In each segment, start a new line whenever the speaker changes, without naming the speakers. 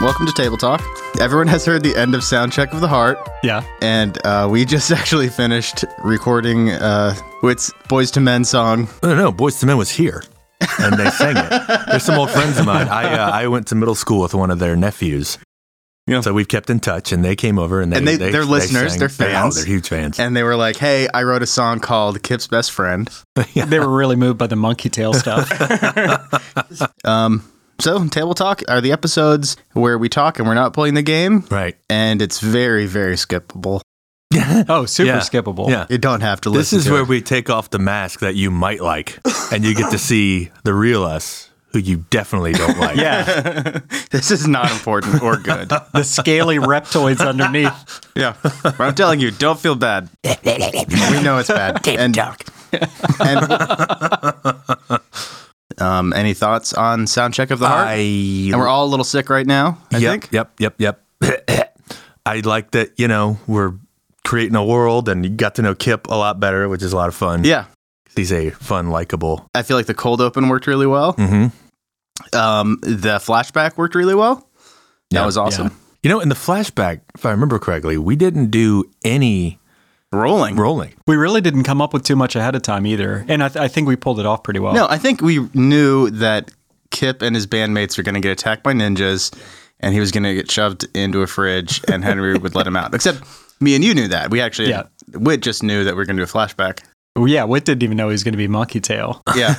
Welcome to Table Talk. Everyone has heard the end of Soundcheck of the Heart,
Yeah.
and uh, we just actually finished recording uh, Wit's Boys to Men song.
No, no, Boys to Men was here, and they sang it. There's some old friends of mine. I uh, I went to middle school with one of their nephews.
Yeah.
So we've kept in touch, and they came over, and they,
And they- they're listeners,
sang-
they're
oh,
fans.
they're huge fans.
And they were like, hey, I wrote a song called Kip's Best Friend.
They were really moved by the monkey tail stuff.
Um, so, Table Talk are the episodes where we talk and we're not playing the game,
right?
and it's very, very skippable.
Oh, super
Yeah.
skippable.
Yeah.
You don't have to
This
listen
is
to
where
it.
we take off the mask that you might like, and you get to see the real us, who you definitely don't like.
Yeah.
This is not important or good.
The scaly reptoids underneath.
Yeah. But I'm telling you, don't feel bad. we know it's bad. and dark. and um, any thoughts on soundcheck of the heart?
I
and we're all a little sick right now, I
yep,
think.
Yep, yep, yep. I like that, you know, we're creating a world and you got to know Kip a lot better, which is a lot of fun.
Yeah.
He's a fun, likable.
I feel like the cold open worked really well.
Mm-hmm.
Um, the flashback worked really well. That
Yeah.
was awesome.
You know, in the flashback, if I remember correctly, we didn't do any
Rolling.
rolling.
We really didn't come up with too much ahead of time either. And I, th- I think we pulled it off pretty well.
No, I think we knew that Kip and his bandmates were going to get attacked by ninjas, and he was going to get shoved into a fridge, and Henry would let him out. Except me and you knew that. We actually,
Yeah.
Whit just knew that we are going to do a flashback.
Well, Yeah, Whit didn't even know he was going to be monkey tail.
Yeah,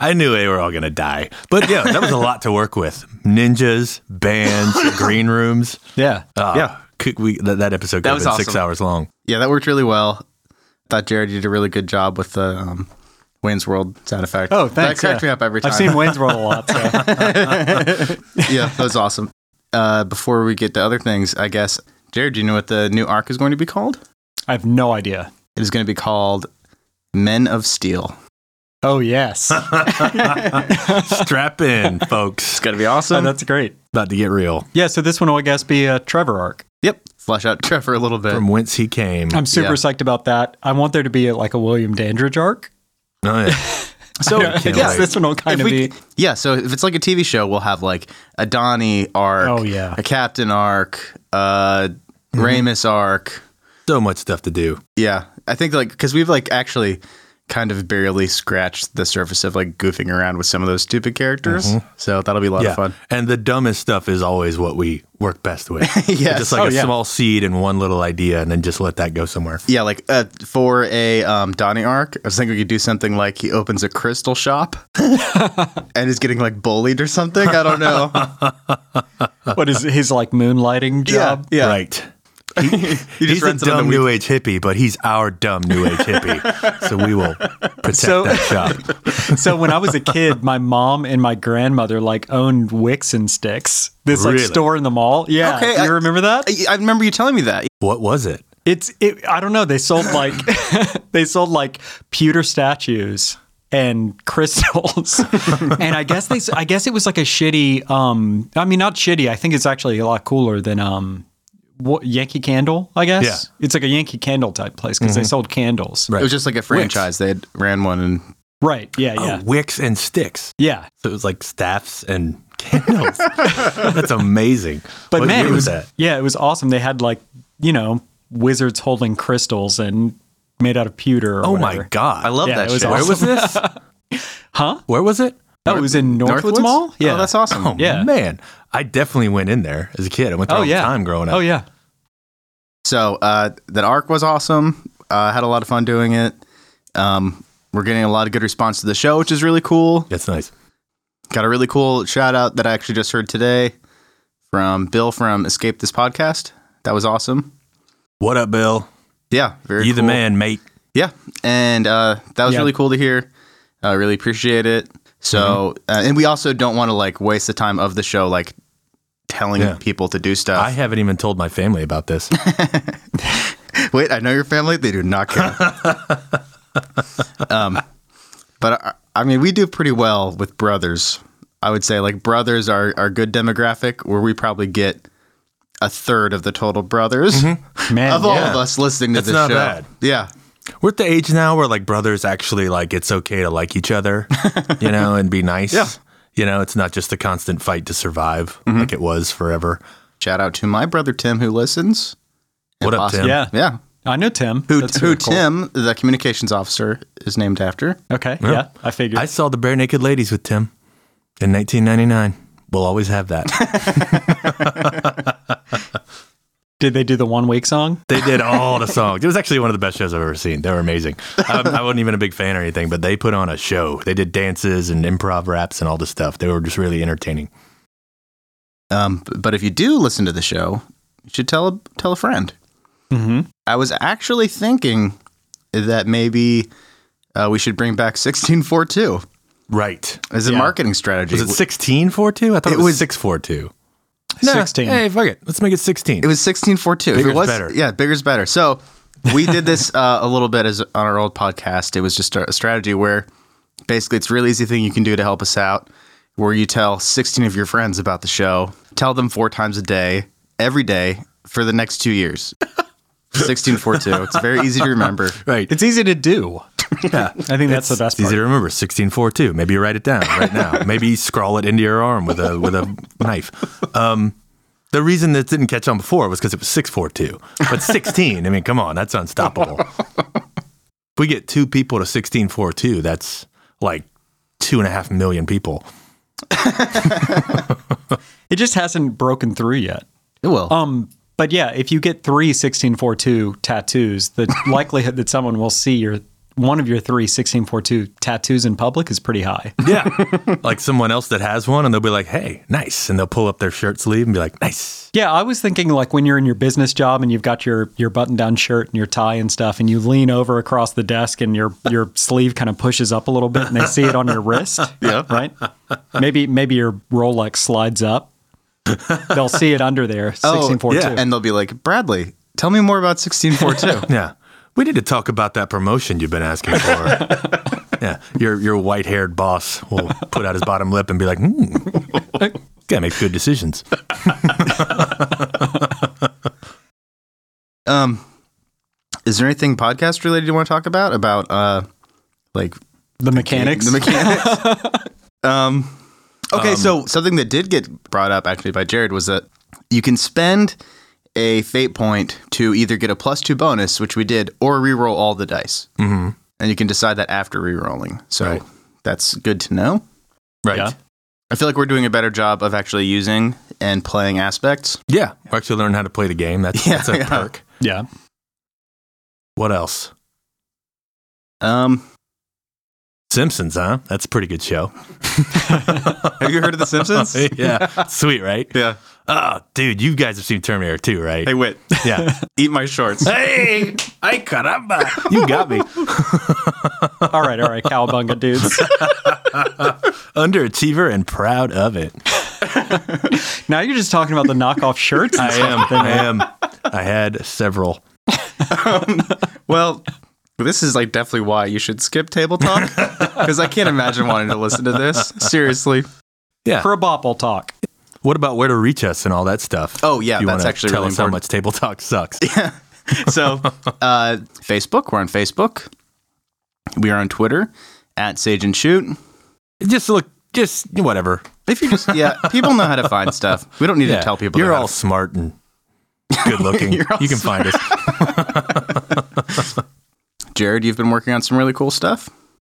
I knew they were all going to die. But yeah, that was a lot to work with. Ninjas, bands, green rooms.
Yeah.
Uh,
Yeah.
Could we, that, that episode could have
was
been six
awesome.
hours long.
yeah, that worked really well. Thought Jared did a really good job with the um, Wayne's World sound effect.
Oh, thanks.
That cracked
yeah.
me up every time.
I've seen Wayne's World a lot. So.
yeah, that was awesome. Uh, before we get to other things, I guess Jared, do you know what the new arc is going to be called?
I have no idea.
It is going to be called Men of Steel.
Oh, yes. Oh,
Strap in, folks.
It's going to be awesome.
that's great.
About to get real.
Yeah, so this one will, I guess, be a Trevor arc.
Yep. Flesh out Trevor a little bit.
From whence he came.
I'm super
Yeah.
psyched about that. I want there to be like a William Dandridge arc.
Oh, yeah.
so
I
can't
guess
wait.
this one will kind
if
of
we,
be.
yeah, so if it's like a TV show, we'll have like a Donnie arc,
Oh, yeah.
a Captain arc, uh,
Mm-hmm.
Ramus arc.
so much stuff to do.
Yeah, I think like because we've like actually kind of barely scratched the surface of like goofing around with some of those stupid characters.
Mm-hmm.
So that'll be a lot of fun.
And the dumbest stuff is always what we work best with.
Yes.
Just like
Oh,
a
yeah.
small seed and one little idea and then just let that go somewhere.
Yeah, like uh, for a um, Donnie arc, I was thinking we could do something like he opens a crystal shop and is getting like bullied or something. I don't know.
What is his like moonlighting
yeah,
job?
yeah.
Right.
He just
he's a
rents it on the
dumb new age hippie, but he's our dumb new age hippie. so we will protect
So-
that shop.
so when I was a kid, my mom and my grandmother like owned wicks and sticks. This like
Really?
store in the mall. Yeah,
Okay,
do
I-
you remember that?
I- I remember you telling me that.
What was it?
It's it, I don't know. They sold like they sold like pewter statues and crystals, and I guess they s- I guess it was like a shitty. um I mean, not shitty. I think it's actually a lot cooler than um what, Yankee Candle. I guess
Yeah.
it's like a Yankee Candle type place because they sold candles.
Right.
It was just like a franchise. They had ran one and
Right. Yeah.
Oh,
Yeah.
wicks and sticks.
Yeah.
So it was like staffs and candles. That's amazing.
But
What
man,
year
it was,
that?
yeah, it was awesome. They had like you know wizards holding crystals and made out of pewter. Or
Oh
whatever.
my god.
I love
Yeah,
that
it was
shit.
Where was this?
Huh?
Where was it?
That was in Northwoods, Mall.
Yeah, oh, that's awesome.
Oh
Yeah.
man, I definitely went in there as a kid. I went there
Oh
all
yeah.
the time growing up.
Oh yeah.
So uh, that arc was awesome. uh, had a lot of fun doing it. Um, we're getting a lot of good response to the show, which is really cool.
That's nice.
Got a really cool shout out that I actually just heard today from Bill from Escape This Podcast. That was awesome.
What up, Bill?
Yeah, very.
you the
cool.
man, mate.
Yeah, and uh, that was
Yeah.
really cool to hear. I really appreciate it. So,
Mm-hmm.
uh, and we also don't want to like waste the time of the show, like telling
Yeah.
people to do stuff.
I haven't even told my family about this.
Wait, I know your family. They do not care. um, but I, I mean, we do pretty well with brothers. I would say like brothers are are good demographic where we probably get a third of the total brothers
Man,
of all
yeah.
of us listening to
Mm-hmm. That's
this
not
show.
bad.
Yeah,
We're at the age now where like brothers actually like it's okay to like each other, you know, and be nice.
Yeah.
You know, it's not just a constant fight to survive like it was forever.
Shout out to my brother Tim who listens.
What up,
Impossible.
Tim?
Yeah.
Yeah.
I know Tim.
Who,
That's
who
really cool.
Tim, the communications officer, is named after.
Okay. Yeah. I figured.
I saw the bare naked ladies with Tim in 1999. We'll always have that.
Did they do the one week song?
They did all the songs. It was actually one of the best shows I've ever seen. They were amazing. I, I wasn't even a big fan or anything, but they put on a show. They did dances and improv raps and all this stuff. They were just really entertaining.
Um, b- but if you do listen to the show, you should tell a, tell a friend.
Mm-hmm.
I was actually thinking that maybe uh, we should bring back 1642
Right.
as a
Yeah.
marketing strategy.
Was it 1642? I thought
It
it, was
was-
642.
16.
Hey, fuck it. Let's make it 16.
It was 1642.
Bigger's
it was
better.
yeah, bigger's better. So we did this uh, a little bit as on our old podcast. It was just a strategy where basically it's a really easy thing you can do to help us out, where you tell 16 of your friends about the show, tell them four times a day, every day for the next two years. 1642. It's very easy to remember.
right.
It's easy to do. Yeah. I think that's the best
It's easy
part.
to remember. 1642. Maybe write it down right now. Maybe scrawl it into your arm with a with a knife. Um, the reason that didn't catch on before was because it was 642. But 16, I mean, come on, that's unstoppable. if we get two people to 1642, that's like two and a half million people.
It just hasn't broken through yet.
It will.
Um, but yeah, if you get three 1642 tattoos, the likelihood that someone will see your one of your three 1642 tattoos in public is pretty high.
Yeah. like someone else that has one and they'll be like, hey, nice. And they'll pull up their shirt sleeve and be like, nice.
Yeah, I was thinking like when you're in your business job and you've got your your button down shirt and your tie and stuff, and you lean over across the desk and your your sleeve kind of pushes up a little bit, and they see it on your wrist. Yeah, right. Maybe maybe your Rolex slides up. They'll see it under there. Sixteen four two.
yeah,
Oh, and they'll be like, Bradley, tell me more about 1642.
Yeah. We need to talk about that promotion you've been asking for. yeah. Your your white haired boss will put out his bottom lip and be like, hmm. Gotta make good decisions.
um, is there anything podcast related you want to talk about? About uh, like
The mechanics.
The mechanics. um, okay, so something that did get brought up actually by Jared was that you can spend a fate point to either get a plus two bonus, which we did, or reroll all the dice, mm-hmm. and you can decide that after rerolling. So
Right.
that's good to know.
Right.
Yeah.
Yeah.
I feel like we're doing a better job of actually using and playing aspects.
We actually learn how to play the game. That's,
Yeah,
that's a
yeah.
perk.
yeah.
What else?
Um,
Simpsons, huh? That's a pretty good show.
have you heard of The Simpsons?
yeah. Sweet, right?
yeah.
Oh, dude, you guys have seen Terminator 2, right?
Hey, wait.
Yeah.
Eat my shorts.
hey, ay caramba. You got me.
All right, all right, cowabunga dudes.
Underachiever and proud of it.
Now you're just talking about the knockoff shirts. and
I
stuff.
am. I am. I had several.
Well, this is like definitely why you should skip table talk because I can't imagine wanting to listen to this. Seriously.
Yeah.
For a bop, I'll talk.
What about where to reach us and all that stuff?
Oh, yeah,
You
that's
wanna
actually
tell
really
us how
important.
much table talk sucks.
So, uh, Facebook, we're on Facebook. We are on Twitter at Sage and Shoot.
just look, just whatever.
If you just, yeah, people know how to find stuff. We don't need
Yeah,
to tell people.
you're
they're
all
how
smart and good looking. you
You're all
can find us.
to- Jared, you've been working on some really cool stuff.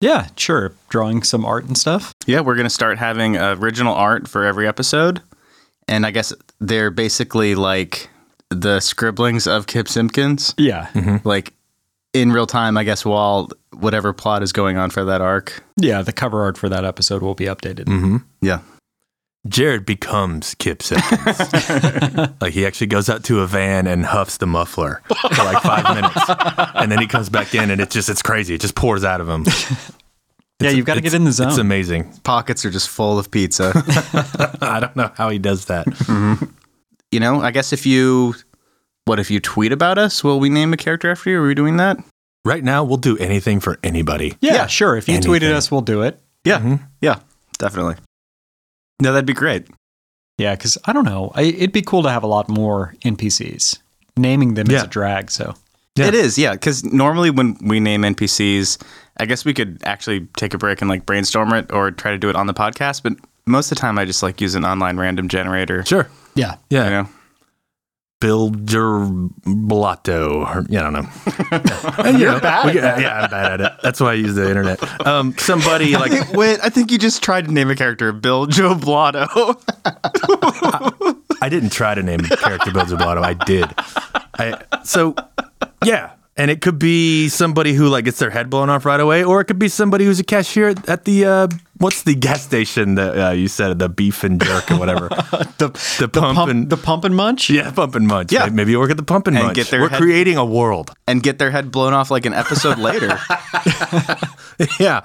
Yeah, sure. Drawing some art and stuff.
Yeah, we're going to start having original art for every episode. And I guess they're basically like the scribblings of Kip Simpkins.
Yeah.
like in real time, I guess, while whatever plot is going on for that arc.
Yeah, the cover art for that episode will be updated.
Yeah.
Mm-hmm. Jared becomes Kip Simpkins. like he actually goes out to a van and huffs the muffler for like five minutes, and then he comes back in, and it's just it's crazy. It just pours out of him.
yeah, you've got to
it's-
get in the
It's
zone.
amazing.
Pockets are just full of pizza.
I don't know how he does that.
you know, I guess if you, what if you tweet about us? Will we name a character after you? Are we doing that?
Right now, we'll do anything for anybody.
yeah,
yeah,
sure. If you tweeted
anything.
us, we'll do it.
Yeah.
Mhm.
Yeah. Definitely. No, that'd be great.
Yeah, because I don't know. I, it'd be cool to have a lot more NPCs. Naming them is
Yeah.
a drag. So
Yeah.
It is. Yeah. Because normally when we name NPCs, I guess we could actually take a break and like brainstorm it or try to do it on the podcast, but most of the time I just like use an online random generator.
Sure.
Yeah.
Yeah.
You know?
Builder blotto. Or, yeah, I don't know. You're bad. yeah, I'm bad at it. That's why I use the internet. Um, somebody like
Wait, I think you just tried to name a character Bill Joe Blotto.
I didn't try to name the character Builder Blotto. I did. I so yeah. And it could be somebody who like gets their head blown off right away, or it could be somebody who's a cashier at the uh, what's the gas station that uh, you said the beef and jerk or whatever.
The,
The pump and-
the pump and munch.
yeah, pump and munch.
Yeah.
maybe you work at the pump and,
And
munch.
get their
We're
head-
creating a world.
and get their head blown off like an episode later.
yeah,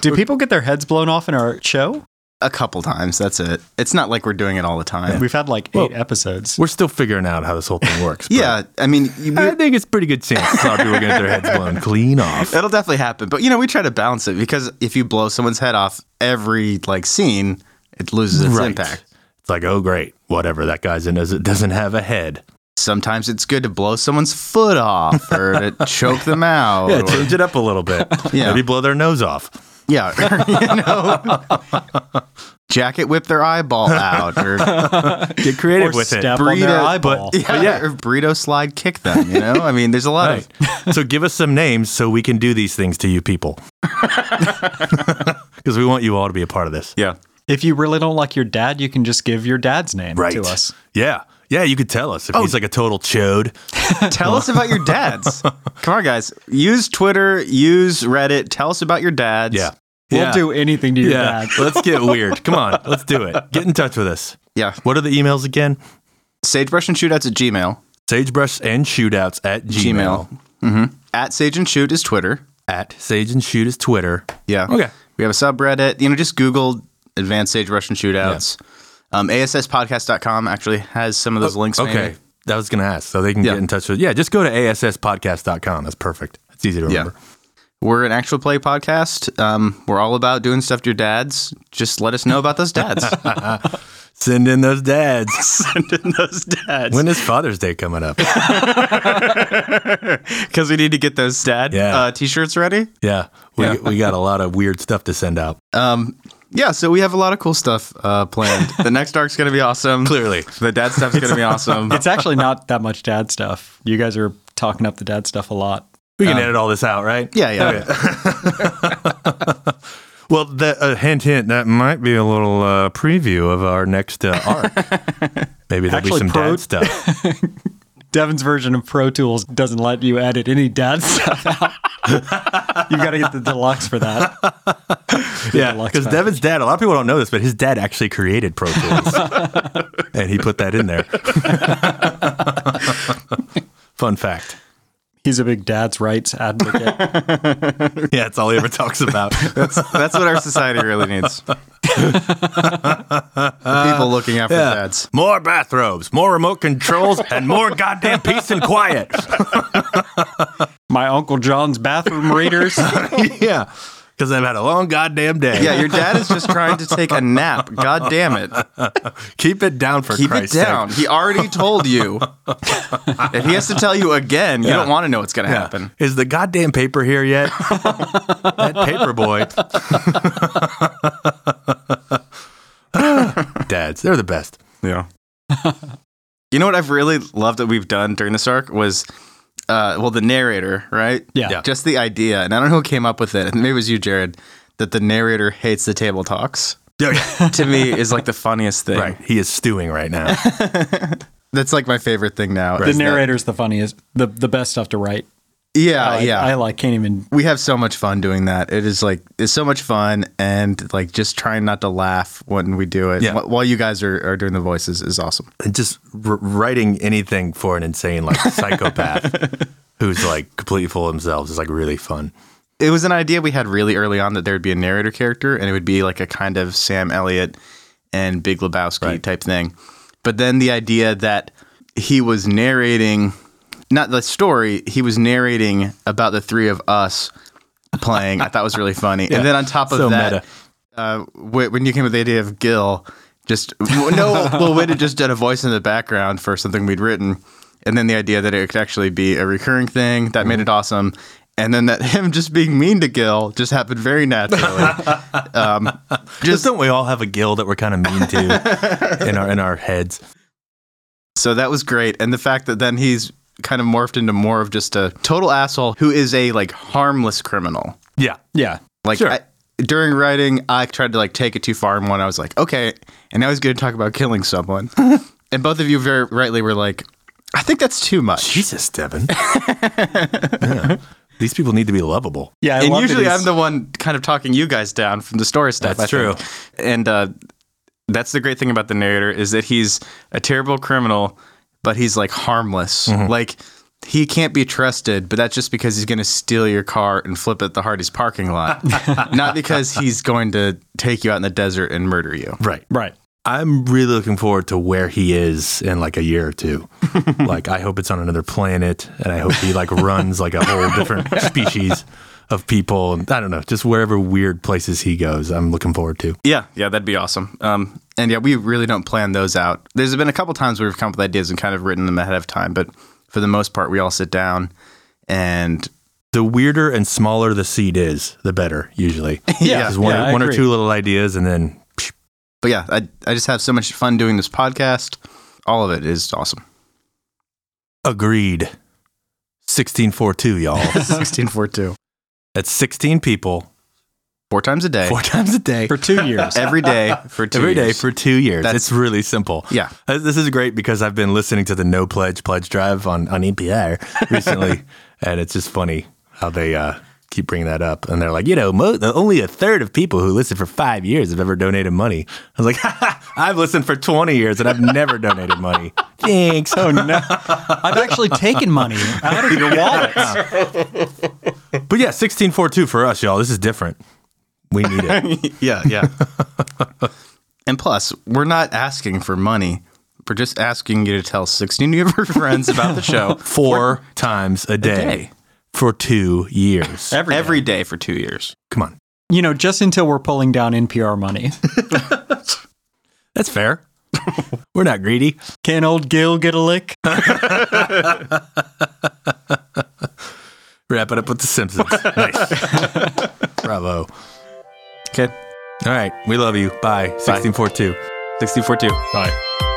Do people get their heads blown off in our show?
a couple times. That's it. It's not like we're doing it all the time.
We've had like eight episodes.
we're still figuring out how this whole thing works. but
Yeah, I mean, you,
I
we,
think it's a pretty good chance some people are gonna get their heads blown clean off.
that'll definitely happen. But you know, we try to balance it because if you blow someone's head off every like scene, it loses its impact.
It's like oh great, whatever that guy's in doesn't doesn't have a head.
Sometimes it's good to blow someone's foot off or to choke them out.
Yeah,
or-
change it up a little bit.
Yeah.
Maybe blow their nose off.
Yeah, you know, jacket whip their eyeball out, or
Get creative
Or
with
step
it.
on
Burrito,
their
but-
eyeball.
yeah, or burrito slide kick them. You know, I mean, there's a lot
Right.
of
so give us some names so we can do these things to you people. Because we want you all to be a part of this.
yeah.
If you really don't like your dad, you can just give your dad's name
Right.
to us.
Yeah. Yeah, you could tell us if he's like a total chode.
Tell us about your dads. Come on, guys. Use Twitter. Use Reddit. Tell us about your dads.
Yeah.
We'll
yeah.
do anything to your
Yeah.
dad.
let's get weird. Come on. Let's do it. Get in touch with us.
Yeah.
What are the emails again?
Sagebrush and Shootouts at Gmail.
Sagebrush and shootouts at Gmail.
At Sage and Shoot is Twitter.
At Sage and Shoot is Twitter.
Yeah.
Okay.
We have a subreddit. You know, just Google Advanced Sagebrush and Shootouts. Um, ASSpodcast.com actually has some of those links.
Oh, Okay.
Maybe.
That was going to ask. So they can
Yeah.
get in touch with Yeah, just go to ASSpodcast.com. That's perfect. It's easy to
Yeah.
remember.
We're an actual play podcast. Um, we're all about doing stuff to your dads. Just let us know about those dads.
Send in those dads.
Send in those dads.
When is Father's Day coming up?
Because we need to get those dad
Yeah.
uh, t shirts ready.
Yeah, we,
Yeah.
we got a lot of weird stuff to send out.
Yeah, so we have a lot of cool stuff uh, planned. The next arc's going to be awesome.
Clearly.
The dad stuff's going to be awesome.
It's actually not that much dad stuff. You guys are talking up the dad stuff a lot.
We can edit all this out, right?
Yeah, yeah.
Well, the, a hint, hint. That might be a little uh, preview of our next uh, arc. Maybe there'll
Actually,
be some
pro-
dad stuff.
Devin's version of Pro Tools doesn't let you edit any dad stuff out. You've got to get the deluxe for that.
yeah,
deluxe
because
package.
Devin's dad. A lot of people don't know this, but his dad actually created Pro Tools, and he put that in there. Fun fact.
He's a big dad's rights advocate.
Yeah, it's all he ever talks about.
That's, that's what our society really needs. The people looking out for
Yeah.
dads.
More bathrobes, more remote controls, and more goddamn peace and quiet.
My Uncle John's bathroom readers.
yeah, because I've had a long goddamn day.
Yeah, your dad is just trying to take a nap. God damn it.
keep it down for
Keep
Christ's
it down. He already told you. if he has to tell you again, you don't want to know what's going to
sake.
happen.
Is the goddamn paper here yet? that paper boy. Dads, they're the best.
Yeah. you know what I've really loved that we've done during this arc was, uh, well, the narrator, right?
Yeah. Yeah.
Just the idea, and I don't know who came up with it. Maybe it was you, Jared. That the narrator hates the table talks. to me, is like the funniest thing.
Right, Oh, he is stewing right now.
That's like my favorite thing now.
The
is that-
narrator's the funniest, the, the best stuff to write.
Yeah,
I,
Uh, yeah.
I like can't even.
we have so much fun doing that. It is like it's so much fun, and like just trying not to laugh when we do it.
Yeah.
Wh- While you guys are, are doing the voices is awesome.
And Just r- writing anything for an insane like psychopath who's like completely full of themselves is like really fun.
it was an idea we had really early on that there'd be a narrator character and it would be like a kind of Sam Elliott and Big Lebowski type thing. But then the idea that he was narrating not the story, he was narrating about the three of us playing. I thought was really funny. And then on top of
So
that,
meta.
uh, wh- when you came with the idea of Gil, just no, well, Wade had just done a voice in the background for something we'd written, and then the idea that it could actually be a recurring thing that made it awesome. And then that him just being mean to Gil just happened very naturally.
Just don't we all have a gill that we're kind of mean to in our in our heads?
So that was great. And the fact that then he's kind of morphed into more of just a total asshole who is a like harmless criminal.
Yeah,
Yeah.
Like
Sure.
I, during writing, I tried to like take it too far and one I was like, okay, and now he's going to talk about killing someone. and both of you very rightly were like, I think that's too much.
Jesus, Devin. Yeah. These people need to be lovable.
Yeah. I
and
love that
usually
he's-
I'm the one kind of talking you guys down from the story stuff.
That's
I think. And uh, that's the great thing about the narrator is that he's a terrible criminal, but he's like harmless.
Mm-hmm.
Like he can't be trusted, but that's just because he's going to steal your car and flip at the Hardy's parking lot, not because he's going to take you out in the desert and murder you.
Right.
Right.
I'm really looking forward to where he is in like a year or two. like I hope it's on another planet and I hope he like runs like a whole different species of people and I don't know, just wherever weird places he goes, I'm looking forward to.
Yeah, yeah, that'd be awesome. Um, and yeah, we really don't plan those out. There's been a couple times where we've come up with ideas and kind of written them ahead of time, but for the most part, we all sit down and
The weirder and smaller the seed is, the better usually.
Yeah,
Just one,
yeah, I
one or
agree.
two little ideas and then
but yeah, I, I just have so much fun doing this podcast. All of it is awesome.
agreed. 1642 y'all.
16 4 2.
That's 16 people
Four times a day,
four times a day.
For two years.
every day for two
Every day
years.
for two years.
That's-
it's really simple.
Yeah.
Uh, This is great because I've been listening to the No Pledge Pledge Drive on, on NPR recently, and it's just funny how they uh, keep bringing that up. And they're like, you know, mo- only a third of people who listen for five years have ever donated money. I was like, I've listened for 20 years and I've never donated money. Thanks.
Oh no! I've actually taken money out of your wallet.
But yeah, 1642 for us, y'all. This is different. We need it.
Yeah, yeah. and plus, we're not asking for money. We're just asking you to tell 16 of your friends about the show
Four times a day,
day.
for two years.
Every,
every day for two years.
Come on.
you know, just until we're pulling down NPR money.
That's fair. We're not greedy.
Can old Gil get a lick?
Wrap it up with The Simpsons. nice. Bravo.
Okay.
All right. We love you. Bye. 1642.
16 4 2.
Bye.